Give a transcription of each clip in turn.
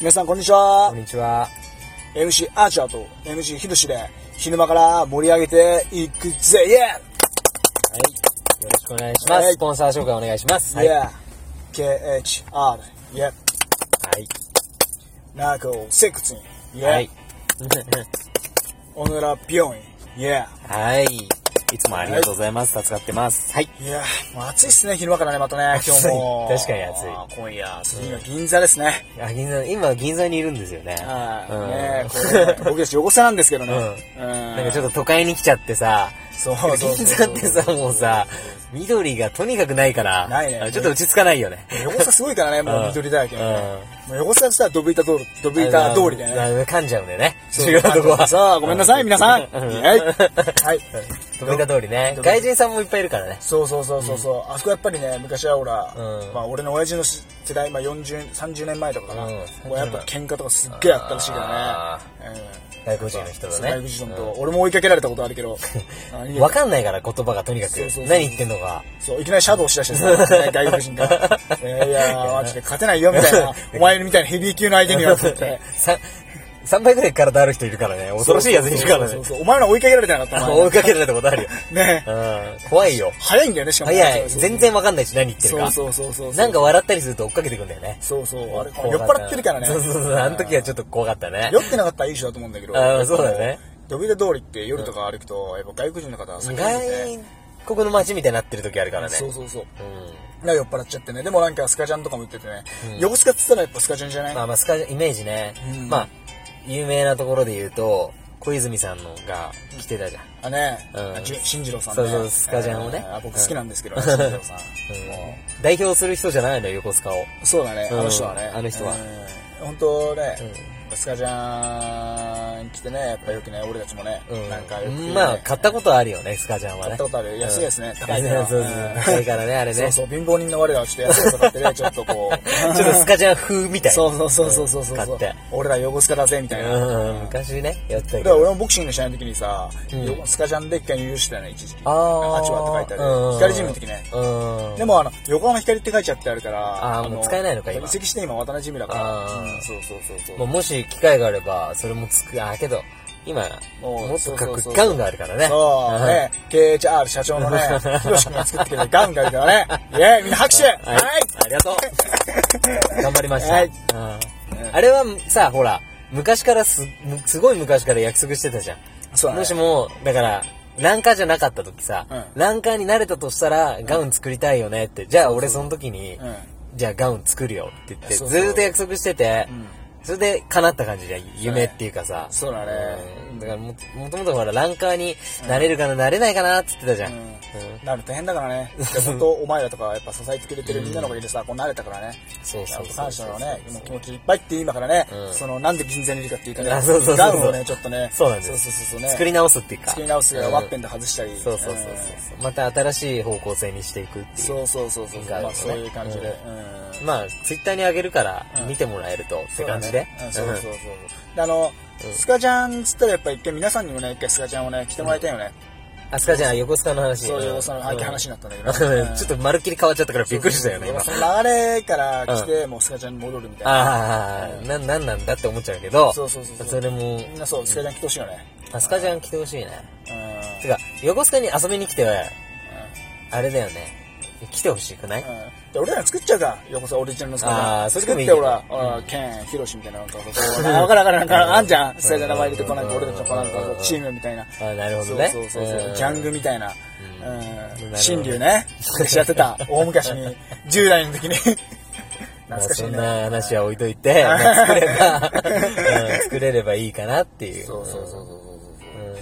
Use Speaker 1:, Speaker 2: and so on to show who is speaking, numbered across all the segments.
Speaker 1: 皆さんこんにちは
Speaker 2: こんにちは。
Speaker 1: MC アーチャーと MC ひろしで昼間から盛り上げていくぜイエ
Speaker 2: はい。よろしくお願いします。
Speaker 1: はい
Speaker 2: スポンサー紹介お願いします。
Speaker 1: ー
Speaker 2: は
Speaker 1: イ
Speaker 2: い。
Speaker 1: イ
Speaker 2: は
Speaker 1: エー KHR イエー
Speaker 2: い。
Speaker 1: ナーコセクツンイエ
Speaker 2: は
Speaker 1: ー
Speaker 2: い。
Speaker 1: オノラピョンイエ
Speaker 2: はい。いつもありがとうございます。助かってます。はい。
Speaker 1: ーイエーもう暑いっすね昼間からねまたね今日も
Speaker 2: 暑い確かに暑い
Speaker 1: あー今夜次が銀座ですね
Speaker 2: あ銀座、今、銀座にいるんですよね。うん
Speaker 1: はいねこれね僕たち横瀬なんですけどね
Speaker 2: うん
Speaker 1: な
Speaker 2: なんかちょっと都会に来ちゃってさ、
Speaker 1: そうそうそう
Speaker 2: 銀座ってさ、もうさ、緑がとにかくないから、
Speaker 1: ないね
Speaker 2: ちょっと落ち着かないよね。
Speaker 1: 横瀬すごいからねもう緑だらけ
Speaker 2: うん
Speaker 1: ねもう横瀬はしたらドブ板通りドブ板通りだよね
Speaker 2: あの噛んじゃうんだよね。
Speaker 1: そう
Speaker 2: 違うとこは。
Speaker 1: さあ、ごめんなさい、皆さん。
Speaker 2: うん
Speaker 1: はい。はい。
Speaker 2: ドブ板通りね。外人さんもいっぱいいるからね。
Speaker 1: そうそうそうそうそう、あそこやっぱりね、昔はほら、
Speaker 2: うん
Speaker 1: まあ俺の親父の世代、まあ40、30年前とかかな、
Speaker 2: うん
Speaker 1: もうやっぱ喧嘩とかすっげえあったらしいから
Speaker 2: あ
Speaker 1: ね。
Speaker 2: 外国人の人
Speaker 1: うん。
Speaker 2: だね。
Speaker 1: 外国人と、俺も追いかけられたことあるけ ど、何
Speaker 2: わかんないから言葉がとにかく
Speaker 1: そうそうそう
Speaker 2: 何言ってんのか
Speaker 1: そう、いきなりシャドウしだしてさ、外国 人が。いやいや、マジで勝てないよ、みたいな。お前みたいなヘビー級の相手にはってて。
Speaker 2: さ3倍ぐらい体ある人いるからね恐ろしいやついるから
Speaker 1: そ
Speaker 2: ね
Speaker 1: うそうそうお前ら追いかけられてなかったお前
Speaker 2: 追いかけられたことあるよ、
Speaker 1: ね
Speaker 2: うん、怖いよ
Speaker 1: 早いんだよね、しかも。
Speaker 2: 早い全然わかんないし何言ってる
Speaker 1: そう
Speaker 2: か
Speaker 1: そうそうそう。
Speaker 2: なんか笑ったりすると追っかけてくんだよね
Speaker 1: そうそう、あれ、酔
Speaker 2: 怖
Speaker 1: っ
Speaker 2: かた
Speaker 1: 払ってるからね。
Speaker 2: そうそうそうあの時はちょっと怖かったね
Speaker 1: 酔ってなかったらいい人だと思うんだけど。
Speaker 2: あーそうだね。
Speaker 1: ドビル通りって夜とか歩くと、やっぱ外国人の方は酒飲んでて
Speaker 2: 外国の街みたいになってる時あるからね
Speaker 1: そうそうそう。
Speaker 2: うん
Speaker 1: が酔っ払っちゃってね。でもなんかスカジャンとかも言っててね。横須賀っつったらやっぱスカジャンじゃない
Speaker 2: まあまあスカイメージね、
Speaker 1: うん
Speaker 2: まあ有名なところで言うと小泉さんのが来てたじゃん
Speaker 1: あね
Speaker 2: うん、
Speaker 1: じゅ新次郎さん
Speaker 2: そう
Speaker 1: ね。
Speaker 2: そうスカジャンをね
Speaker 1: えーあ僕好きなんですけ どね、新次郎さん。も
Speaker 2: 代表する人じゃないのよ横須賀を
Speaker 1: うそうだね、あ
Speaker 2: うん
Speaker 1: の人はね。
Speaker 2: あの人は
Speaker 1: うん。本当ね、スカジャン来てね、やっぱよくね、俺たちもね、
Speaker 2: うん
Speaker 1: なんかよくね。
Speaker 2: まあ買ったことあるよねスカジャンはね
Speaker 1: 買ったことある安いですね
Speaker 2: うん
Speaker 1: 高いから
Speaker 2: そうそ
Speaker 1: う
Speaker 2: う
Speaker 1: ん
Speaker 2: 高いからねあれね
Speaker 1: そうそう、貧乏人の我らはちょっと安いとかってね、ちょっとこ う。
Speaker 2: ちょっとスカジャン風みたいな
Speaker 1: そうそうそうそうそうそう。
Speaker 2: 買って
Speaker 1: 俺ら汚すからぜ、みたいな。
Speaker 2: うん昔ねやってた
Speaker 1: だ
Speaker 2: け
Speaker 1: から
Speaker 2: ど
Speaker 1: 俺もボクシングしない時にさ、
Speaker 2: うん
Speaker 1: よスカジャンで一回入場してたよね、一時期。
Speaker 2: あー
Speaker 1: チワって書いてあ
Speaker 2: うん
Speaker 1: る。光ジムの時ね。
Speaker 2: うん
Speaker 1: でもあの、横浜光って書いちゃってあるから、
Speaker 2: あーもう使えないのか今
Speaker 1: 移籍して今渡辺ジムだから。
Speaker 2: あー
Speaker 1: うんそうそうそうそう。
Speaker 2: もうもし機会があればそれもつくあけど今
Speaker 1: もう
Speaker 2: もっとかっこ
Speaker 1: そうそう
Speaker 2: い
Speaker 1: そう
Speaker 2: いガウンがあるからね
Speaker 1: そう、ね、KHR 社長の ね、ヒロシ君が作ってくれたガンガンだよね。イェーイみんな拍手
Speaker 2: うんは
Speaker 1: はいい
Speaker 2: ありがと う頑張りまし
Speaker 1: は
Speaker 2: た
Speaker 1: い
Speaker 2: うんあれはさほら昔からすすごい昔から約束してたじゃん
Speaker 1: そうだね
Speaker 2: もしも、だから、ランカーじゃなかった時さ、
Speaker 1: うん
Speaker 2: ランカーになれたとしたら、ガウン作りたいよねって、じゃあ俺その時に、
Speaker 1: うん
Speaker 2: じゃあガウン作るよって言って、
Speaker 1: そう
Speaker 2: ず
Speaker 1: そう
Speaker 2: ーっと約束してて、
Speaker 1: ん
Speaker 2: それで叶った感じで、夢っていうかさ。
Speaker 1: そうだね
Speaker 2: うんだからも、もともとほら、ランカーになれるかな、なれないかなって言ってたじゃん。うん
Speaker 1: なると大変だからね。本当お前らとかやっぱ支えてくれてるみんなのおかげでさ、こう慣れたからね。
Speaker 2: そうそうそう
Speaker 1: 感謝のね、もう気持ちいっぱいって今からね、その、なんで銀座にいるかっていうかね
Speaker 2: あそうそうそ、う
Speaker 1: ガウンをね、ちょっとね、
Speaker 2: そうなんです
Speaker 1: そうそうそうそうね。
Speaker 2: 作り直すっていうか。
Speaker 1: 作り直す、ワッペ
Speaker 2: ン。
Speaker 1: ンで外したり。
Speaker 2: そうそうそうそう。また新しい方向性にしていくっていう。
Speaker 1: うんそうそうそうそう。
Speaker 2: ガウンを
Speaker 1: ま
Speaker 2: ね
Speaker 1: あそういう感じで。
Speaker 2: う
Speaker 1: うん
Speaker 2: まあ、ツイッターにあげるから、見てもらえると、って感じで。
Speaker 1: そうだねうんそうそうそうそう。で、あの、スカジャンっつったらやっぱ一回皆さんにもね、一回スカジャンをね、来てもらいたいよね。
Speaker 2: あすかちゃん、横須賀の話。
Speaker 1: そういう、その、
Speaker 2: う
Speaker 1: 相
Speaker 2: ん
Speaker 1: 手話になったんだけど。うん
Speaker 2: ちょっとまるっきり変わっちゃったからびっくりしたよね、今。
Speaker 1: その流れから来て、もうスカジャンに戻るみたいな。
Speaker 2: ああ、な、なんなんだって思っちゃうけど、
Speaker 1: そうそうそうそう
Speaker 2: それも、
Speaker 1: みんなそう、スカジャン来てほしいよね。
Speaker 2: あすかちゃん来てほしいね。
Speaker 1: うん
Speaker 2: てか、横須賀に遊びに来て、あれだよね。来てほしくない
Speaker 1: で俺ら作っちゃうか、横澤オリジナルのスカジャン。
Speaker 2: あーそれでもいい
Speaker 1: 作って、ほら、ほらケン、ヒロシみたいな、なんか、こう、わからんからんから、あんじゃん。スカジャンの名前入れてこないと、俺たちのこうなんかこう、チームみたいな。
Speaker 2: あなるほ
Speaker 1: そ
Speaker 2: ど
Speaker 1: う
Speaker 2: ね。
Speaker 1: そうそうそう、
Speaker 2: ん
Speaker 1: ギャングみたいな。
Speaker 2: う
Speaker 1: うんん。新竜ね。昔やってた。大昔に、10代の時に。
Speaker 2: まあ
Speaker 1: 懐かしい
Speaker 2: そん
Speaker 1: ね。
Speaker 2: な話は置いといて、まあ作れば、うん作れればいいかなっていう。
Speaker 1: そうそうそうそううそうそう。
Speaker 2: ん。うん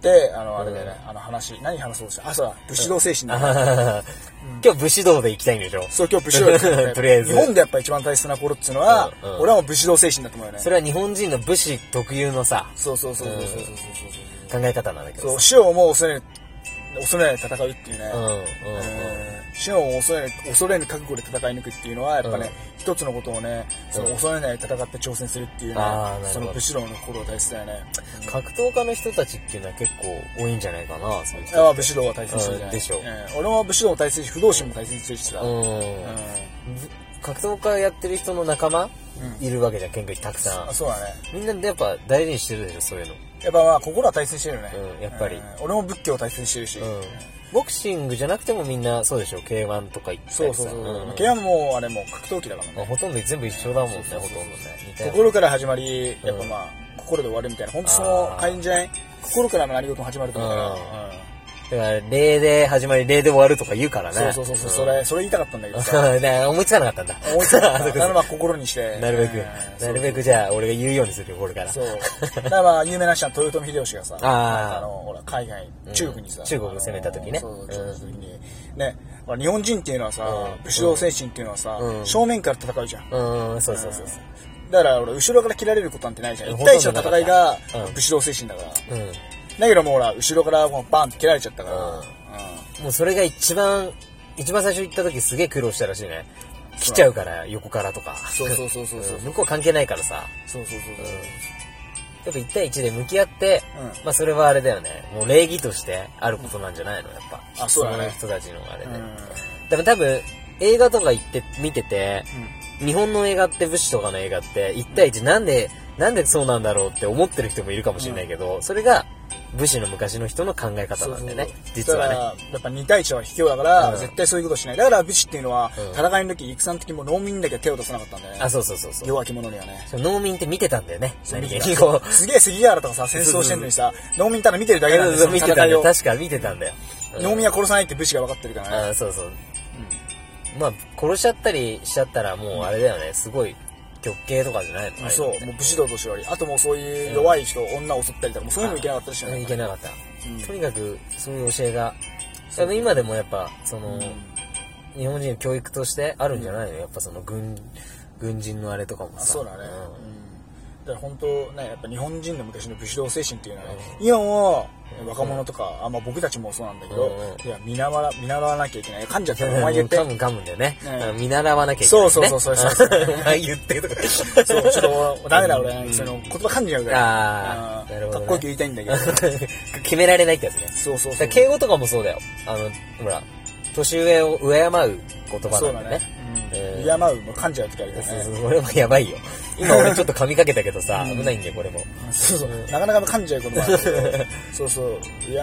Speaker 1: で、あの、あれだよね、あの話、何話そうとしたあ、そうだ、武士道精神
Speaker 2: あ
Speaker 1: だ。
Speaker 2: ははは今日武士道で行きたいんでしょ
Speaker 1: そう、今日武士道精神
Speaker 2: とりあえず
Speaker 1: 日本でやっぱ一番大切な頃っていうのは
Speaker 2: うんう、ん
Speaker 1: 俺はもう武士道精神だと思うよね。
Speaker 2: それは日本人の武士特有のさ、
Speaker 1: そうそうそうそうそうそうそう
Speaker 2: 考え方なんだけ
Speaker 1: そう
Speaker 2: ど
Speaker 1: そう
Speaker 2: さ。
Speaker 1: 死をもう恐れぬ恐れない戦うっていうね、
Speaker 2: うんうんうん
Speaker 1: うん死をも恐れぬ恐れぬ覚悟で戦い抜くっていうのはやっぱね、一つのことをねその恐れない戦って挑戦するっていうね
Speaker 2: あーなるほど
Speaker 1: その武士道の心を大切だよね
Speaker 2: 格闘家の人たちっていうのは結構多いんじゃないかな、そういう人。
Speaker 1: ああ武士道は大切にしてるじゃない
Speaker 2: うんでしょ
Speaker 1: うん俺も武士道を大切にし不動心も大切にしてるしさ、
Speaker 2: う
Speaker 1: う
Speaker 2: ん
Speaker 1: ん
Speaker 2: 格闘家やってる人の仲間いるわけじゃん、県外たくさ
Speaker 1: あそうだね
Speaker 2: ん。みんなやっぱ大事にしてるでしょ、そういうの。
Speaker 1: やっぱまあ心は大切にしてるよね、
Speaker 2: うんやっぱり
Speaker 1: うん俺も仏教を大切にしてるし、
Speaker 2: うん。ボクシングじゃなくてもみんなそうでしょ、K1 とか行った
Speaker 1: そう
Speaker 2: りさ。
Speaker 1: そうそう、
Speaker 2: ん
Speaker 1: ケアももうあれもう格闘技だから
Speaker 2: まあ
Speaker 1: ね
Speaker 2: ほとんど全部一緒だもんね、ほとんどね。みたいな。
Speaker 1: 心から始まりやっぱ
Speaker 2: うん
Speaker 1: まあ、心で終わるみたいな本当その
Speaker 2: あー
Speaker 1: 感じじゃない心からの何事も始まると思うから、
Speaker 2: うん
Speaker 1: うん
Speaker 2: だから、例で始まり、例で終わるとか言うからね。
Speaker 1: そうそうそうそう、そ
Speaker 2: ん
Speaker 1: れそれ言いたかったんだけど
Speaker 2: だ
Speaker 1: さ
Speaker 2: から思いつかなかったんだ。
Speaker 1: 思いつかな
Speaker 2: そ
Speaker 1: か
Speaker 2: う
Speaker 1: った
Speaker 2: か
Speaker 1: ならまあ心にして
Speaker 2: なるべ
Speaker 1: うん
Speaker 2: く、
Speaker 1: そう
Speaker 2: なるべくじゃあ俺が言うようにするよ、これから。
Speaker 1: そう。だからまあ、有名な人は豊臣秀吉がさ、
Speaker 2: あー
Speaker 1: の、ほら、海外、
Speaker 2: うん
Speaker 1: 中国にさ、
Speaker 2: 中国を攻めた時ね
Speaker 1: あのそうう、
Speaker 2: ん
Speaker 1: 中国の時に。ね、ほら日本人っていうのはさ
Speaker 2: う、ん
Speaker 1: 武士道精神っていうのはさ
Speaker 2: う、ん
Speaker 1: 正面から戦うじゃん。
Speaker 2: うん、そうそうそうそう。
Speaker 1: だから俺、後ろから切られることなんてないじゃん。
Speaker 2: ほ
Speaker 1: 一
Speaker 2: とんど
Speaker 1: 対一の戦いが
Speaker 2: なかったうん
Speaker 1: 武士道精神だから。
Speaker 2: うん。
Speaker 1: だけどもうほら、後ろからもうバンって切られちゃったから。
Speaker 2: うん
Speaker 1: うん
Speaker 2: もうそれが一番、一番最初行った時すげえ苦労したらしいね。来ちゃうから、横からとか。
Speaker 1: そうそうそうそうそう。
Speaker 2: ん向こう関係ないからさ。
Speaker 1: そうそうそう
Speaker 2: やっぱ1対1で向き合って、
Speaker 1: う
Speaker 2: まあそれはあれだよね。もう礼儀としてあることなんじゃないのやっぱ。
Speaker 1: あそうだね
Speaker 2: その人たちのあれ
Speaker 1: そう。
Speaker 2: で。
Speaker 1: うん
Speaker 2: でも多分、映画とか行って、見てて、
Speaker 1: うん
Speaker 2: 日本の映画って武士とかの映画って、1対1なんで、なんでそうなんだろうって思ってる人もいるかもしれないけど、それが武士の昔の人の考え方なんだよね。実は
Speaker 1: だ
Speaker 2: ね。
Speaker 1: からやっぱ2対1は卑怯だから、
Speaker 2: うん
Speaker 1: 絶対そういうことしないだから武士っていうのは、
Speaker 2: うん
Speaker 1: 戦いの時戦の時も農民だけは手を出さなかったんだよね
Speaker 2: あ、そうそうそうそう。
Speaker 1: 弱き者にはね
Speaker 2: そう農民って見てたんだよね。何気
Speaker 1: 見て
Speaker 2: に
Speaker 1: た
Speaker 2: こう。
Speaker 1: すげえ杉原とかさ戦争してんのにさ農民ただ見てるだけなんですよ
Speaker 2: 見てたんだ
Speaker 1: 戦い
Speaker 2: よ。
Speaker 1: を
Speaker 2: 確か見てたんだよ。うん
Speaker 1: 農民は殺さないって武士が分かってるからね
Speaker 2: あそうそう、まあ殺しちゃったりしちゃったらもうあれだよねすごい極刑とかじゃないの、
Speaker 1: うんそうもう武士道としてはありあともうそういう弱い人、女を襲ったりとかもうそういうのもいけなかったりし
Speaker 2: あ
Speaker 1: ね
Speaker 2: いけなかった、
Speaker 1: うん
Speaker 2: とにかくそういう教えが多分今でもやっぱその、日本人の教育としてあるんじゃないの、やっぱその軍軍人のあれとかも
Speaker 1: あ
Speaker 2: さ
Speaker 1: そうだね、うん
Speaker 2: ん
Speaker 1: だから本当ねやっぱ日本人の昔の武士道精神っていうのはね、今も若者とか、あまあ、僕たちもそうなんだけど、
Speaker 2: うんうん
Speaker 1: いや見習わ見習わなきゃいけない噛んじゃったらお前言って
Speaker 2: 噛む噛むんだよね、
Speaker 1: うん
Speaker 2: だから見習わなきゃいけない、ね、
Speaker 1: そうそうそうそうそう
Speaker 2: あお前言ってとか
Speaker 1: そうちょっとダメだ俺、その言葉噛んじゃうから
Speaker 2: あーなるほど
Speaker 1: かっ
Speaker 2: ね
Speaker 1: こよく言いたいんだ けど
Speaker 2: 決められないってやつね
Speaker 1: そうそうそ
Speaker 2: だか
Speaker 1: う
Speaker 2: ら敬語とかもそうだよ。あの、ほら、年上を敬う言葉
Speaker 1: そう
Speaker 2: なん
Speaker 1: だね
Speaker 2: だね。、
Speaker 1: うん、
Speaker 2: えー
Speaker 1: 敬うの噛んじゃう時あるか
Speaker 2: そう
Speaker 1: ら
Speaker 2: そう
Speaker 1: ね
Speaker 2: そう、俺もやばいよ。今俺ちょっと噛みかけたけどさ、
Speaker 1: うん
Speaker 2: 危ないんだよ、これも。
Speaker 1: そうそうなかなか噛んじゃうこともある けどそうそう敬い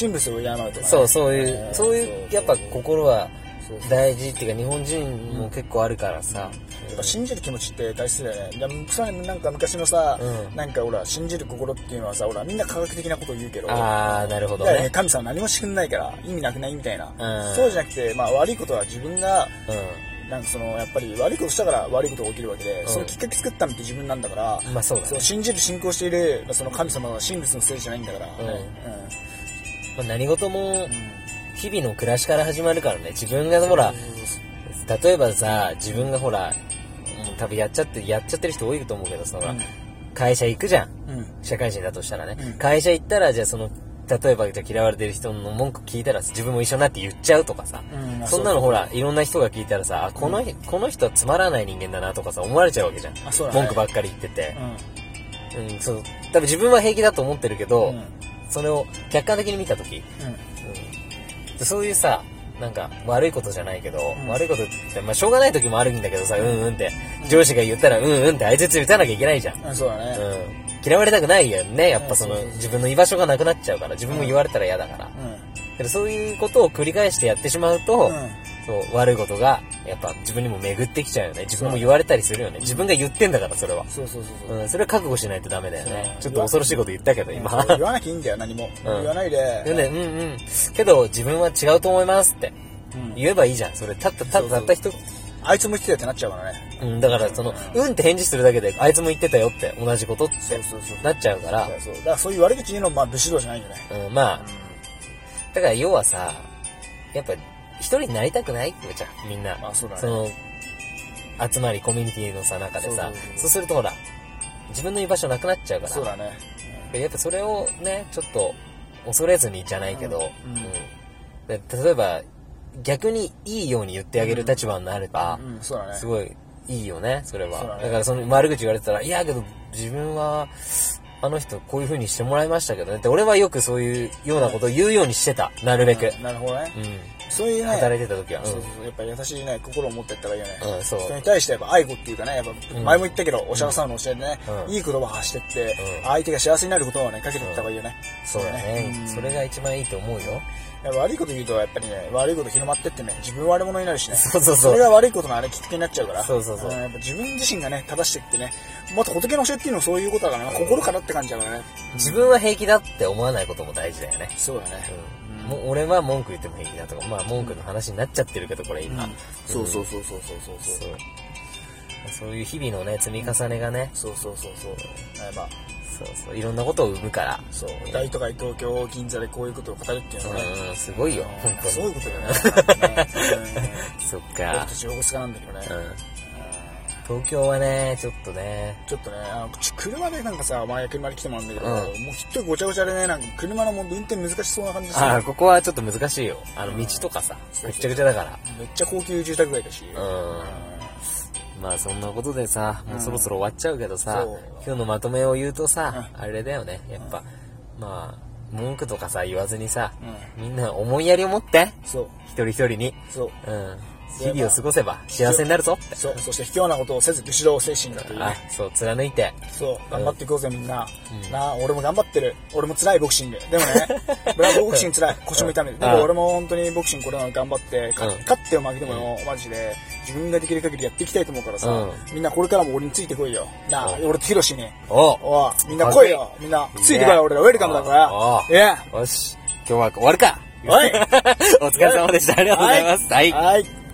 Speaker 1: 神仏を敬うとかね、
Speaker 2: そう、そうい
Speaker 1: え
Speaker 2: う、
Speaker 1: ー
Speaker 2: そういう、やっぱ心は
Speaker 1: そうそう
Speaker 2: 大事っていうか、日本人も結構あるからさ。
Speaker 1: やっぱ信じる気持ちって大切だよね。いやそれはなんか昔のさ、
Speaker 2: うん
Speaker 1: なんかほら、信じる心っていうのはさ、ほら、みんな科学的なことを言うけど、
Speaker 2: あー、なるほど
Speaker 1: いやいや
Speaker 2: ね。
Speaker 1: 神様何もしてくんないから、意味なくないみたいな。
Speaker 2: うん
Speaker 1: そうじゃなくて、まあ悪いことは自分が、
Speaker 2: う
Speaker 1: なんかその、やっぱり悪いことしたから悪いことが起きるわけで、
Speaker 2: うん
Speaker 1: そのきっかけ作ったのって自分なんだから、
Speaker 2: ん。まあそうだ
Speaker 1: そ
Speaker 2: ね
Speaker 1: う。信じる信仰している、その神様は神仏のせいじゃないんだから、
Speaker 2: ん
Speaker 1: ね
Speaker 2: まあ何事も
Speaker 1: うん、うん
Speaker 2: 日々の暮らしから始まるからね。自分がほら、例えばさ、自分がほら、もう多分やっちゃって、やっちゃってる人多いと思うけどさ、ほら、
Speaker 1: うん
Speaker 2: 会社行くじゃん。
Speaker 1: うん、
Speaker 2: 社会人だとしたらね、
Speaker 1: うん
Speaker 2: 会社行ったらじゃあその例えばじゃあ嫌われてる人の文句聞いたら自分も一緒になって言っちゃうとかさ、
Speaker 1: うんあ
Speaker 2: そんなのほらいろんな人が聞いたらさ、あこの人この人はつまらない人間だなとかさ思われちゃうわけじゃん、
Speaker 1: あそうだね
Speaker 2: 文句ばっかり言ってて
Speaker 1: う、ん
Speaker 2: うんそう多分自分は平気だと思ってるけ
Speaker 1: う
Speaker 2: ど、
Speaker 1: ん
Speaker 2: それを客観的に見た時、
Speaker 1: うん
Speaker 2: でそういうさなんか悪いことじゃないけど、
Speaker 1: うん
Speaker 2: 悪いことって、まあ、しょうがない時もあるんだけどさ、うんうんって上司が言ったらうんうんって相槌打たなきゃいけないじゃん
Speaker 1: うん、そうだね。
Speaker 2: うん嫌われたくないよね。やっぱその
Speaker 1: うんそうそうそう
Speaker 2: 自分の居場所がなくなっちゃうから、自分も言われたら嫌だから。けどそういうことを繰り返してやってしまうと、
Speaker 1: うんうん
Speaker 2: そう悪いことがやっぱ自分にも巡ってきちゃうよね。自分も言われたりするよね。自分が言ってんだからそれは。
Speaker 1: そうそうそうそう。
Speaker 2: うん、それは覚悟しないとダメだよね。ち
Speaker 1: そ
Speaker 2: ょ
Speaker 1: う
Speaker 2: っと恐ろしいこと言ったけど
Speaker 1: そ
Speaker 2: 今
Speaker 1: う。言わなきゃいいんだよ、何も。
Speaker 2: うん
Speaker 1: 言わない
Speaker 2: で
Speaker 1: で。
Speaker 2: ね、うんうん。けど自分は違うと思いますって
Speaker 1: うん
Speaker 2: 言えばいいじゃん。それたったたったたった一
Speaker 1: あいつも言ってたよってなっちゃうからね。
Speaker 2: うん、だからその、うんって返事するだけで、あいつも言ってたよって、同じことって
Speaker 1: そうそうそう
Speaker 2: なっちゃうから、
Speaker 1: そうだからそういう悪口言うのもまあ武士道じゃないよね。
Speaker 2: うん、まあ、だから要はさ、やっぱ一人になりたくないってじゃん、みんな。
Speaker 1: まあそうだ
Speaker 2: そ
Speaker 1: ね。
Speaker 2: の、集まり、コミュニティのさ、中
Speaker 1: そ
Speaker 2: でさ
Speaker 1: うそうそ、う
Speaker 2: そうするとほら、自分の居場所なくなっちゃうから、
Speaker 1: そうだね。
Speaker 2: やっぱそれをね、ちょっと、恐れずにじゃないけど、
Speaker 1: うんうん
Speaker 2: で例えば、逆にいいように言ってあげる立場になれば、
Speaker 1: うん、そうだね。
Speaker 2: すごいいいよね、それは。
Speaker 1: そうだ
Speaker 2: だ
Speaker 1: ね
Speaker 2: からその悪口言われてたら、いやけど自分は、あの人こういう風にしてもらいましたけどねって、俺はよくそういうようなことを言うようにしてた、なるべく。
Speaker 1: うんなるほどね。
Speaker 2: うん。
Speaker 1: そういうね、
Speaker 2: 働いてた時は。
Speaker 1: そうそうそうやっぱ優しいね、心を持ってったらいいよね。
Speaker 2: うんそう
Speaker 1: 人に対してやっぱ愛護っていうかね、やっぱ
Speaker 2: うん
Speaker 1: 前も言ったけど、お釈迦様の教えでね、
Speaker 2: うん
Speaker 1: いい言葉を発してって、
Speaker 2: うん
Speaker 1: 相手が幸せになることをね、かけていった方がいいよね。
Speaker 2: そうだ
Speaker 1: う
Speaker 2: ね。
Speaker 1: ん
Speaker 2: それが一番いいと思うよ。
Speaker 1: いや悪いこと言うと、やっぱりね、悪いこと広まってってね、自分悪者になるしね。
Speaker 2: そうそうそ
Speaker 1: そ
Speaker 2: う
Speaker 1: れが悪いことのあれきっかけになっちゃうから。
Speaker 2: そうそうそうん
Speaker 1: やっぱ自分自身がね、正してってね、また仏の教えっていうのはそういうことだからね、心からって感じだからね。
Speaker 2: 自分は平気だって思わないことも大事だよね。
Speaker 1: そうだね。
Speaker 2: うん。もう俺は文句言っても平気だとか、まあ文句の話になっちゃってるけど、これ今。
Speaker 1: そうそうそうそうそうそうそう。
Speaker 2: そう。そういう日々のね、積み重ねがね、
Speaker 1: そうそうそうそう。やっぱ、
Speaker 2: そうそう、いろんなことを生むから。
Speaker 1: そう、大都会東京、銀座でこういうことを語るっていうのはね、
Speaker 2: うん、すごいよ、本当に。
Speaker 1: そういうことだよね。
Speaker 2: そっ
Speaker 1: うん僕
Speaker 2: か
Speaker 1: た。ち横須賀なんだけどね。
Speaker 2: うん。東京はね、ちょっとね、
Speaker 1: ちょっとね、あのち車でなんかさ、前車で来てもらうんだけど、
Speaker 2: うん
Speaker 1: もう一人ごちゃごちゃでね、なんか車のもう運転難しそうな感じです
Speaker 2: あ
Speaker 1: よ
Speaker 2: あ、ここはちょっと難しいよ。あの、道とかさ、
Speaker 1: そう
Speaker 2: ぐっちゃぐちゃだから。
Speaker 1: めっちゃ高級住宅街だし。うん
Speaker 2: まあそんなことでさ、もうそろそろ終わっちゃうけどさ、
Speaker 1: そう
Speaker 2: 今日のまとめを言うとさ、あれだよね、やっぱ、まあ、文句とかさ、言わずにさ、みんな思いやりを持って、
Speaker 1: そう、
Speaker 2: 一人一人に、
Speaker 1: そう。
Speaker 2: うん、日々を過ごせば幸せになるぞって。
Speaker 1: そう、そして卑怯なことをせず、武士道精神だという
Speaker 2: あ
Speaker 1: ね。、
Speaker 2: そう、貫いて。
Speaker 1: そう、頑張っていこうぜ、みんな。なあ、俺も頑張ってる。俺も辛い、ボクシング。 でもね、俺はボクシング辛い。腰も痛める。で
Speaker 2: うん
Speaker 1: も俺も本当にボクシングこれなの頑張って、か
Speaker 2: うん
Speaker 1: 勝っても負けてもよ、マジで、自分ができる限りやっていきたいと思うからさ
Speaker 2: う、
Speaker 1: みんなこれからも俺についてこいよ。なあ、
Speaker 2: う
Speaker 1: 俺とヒロシに。
Speaker 2: お
Speaker 1: おい、みんな来いよ。みんな、ついてこいよ、俺ら。ウェルカムだから
Speaker 2: お
Speaker 1: い
Speaker 2: う。
Speaker 1: や、
Speaker 2: よし、今日は終わるか
Speaker 1: おい
Speaker 2: お疲れ様でした。ありがとうございます。はい。
Speaker 1: はい。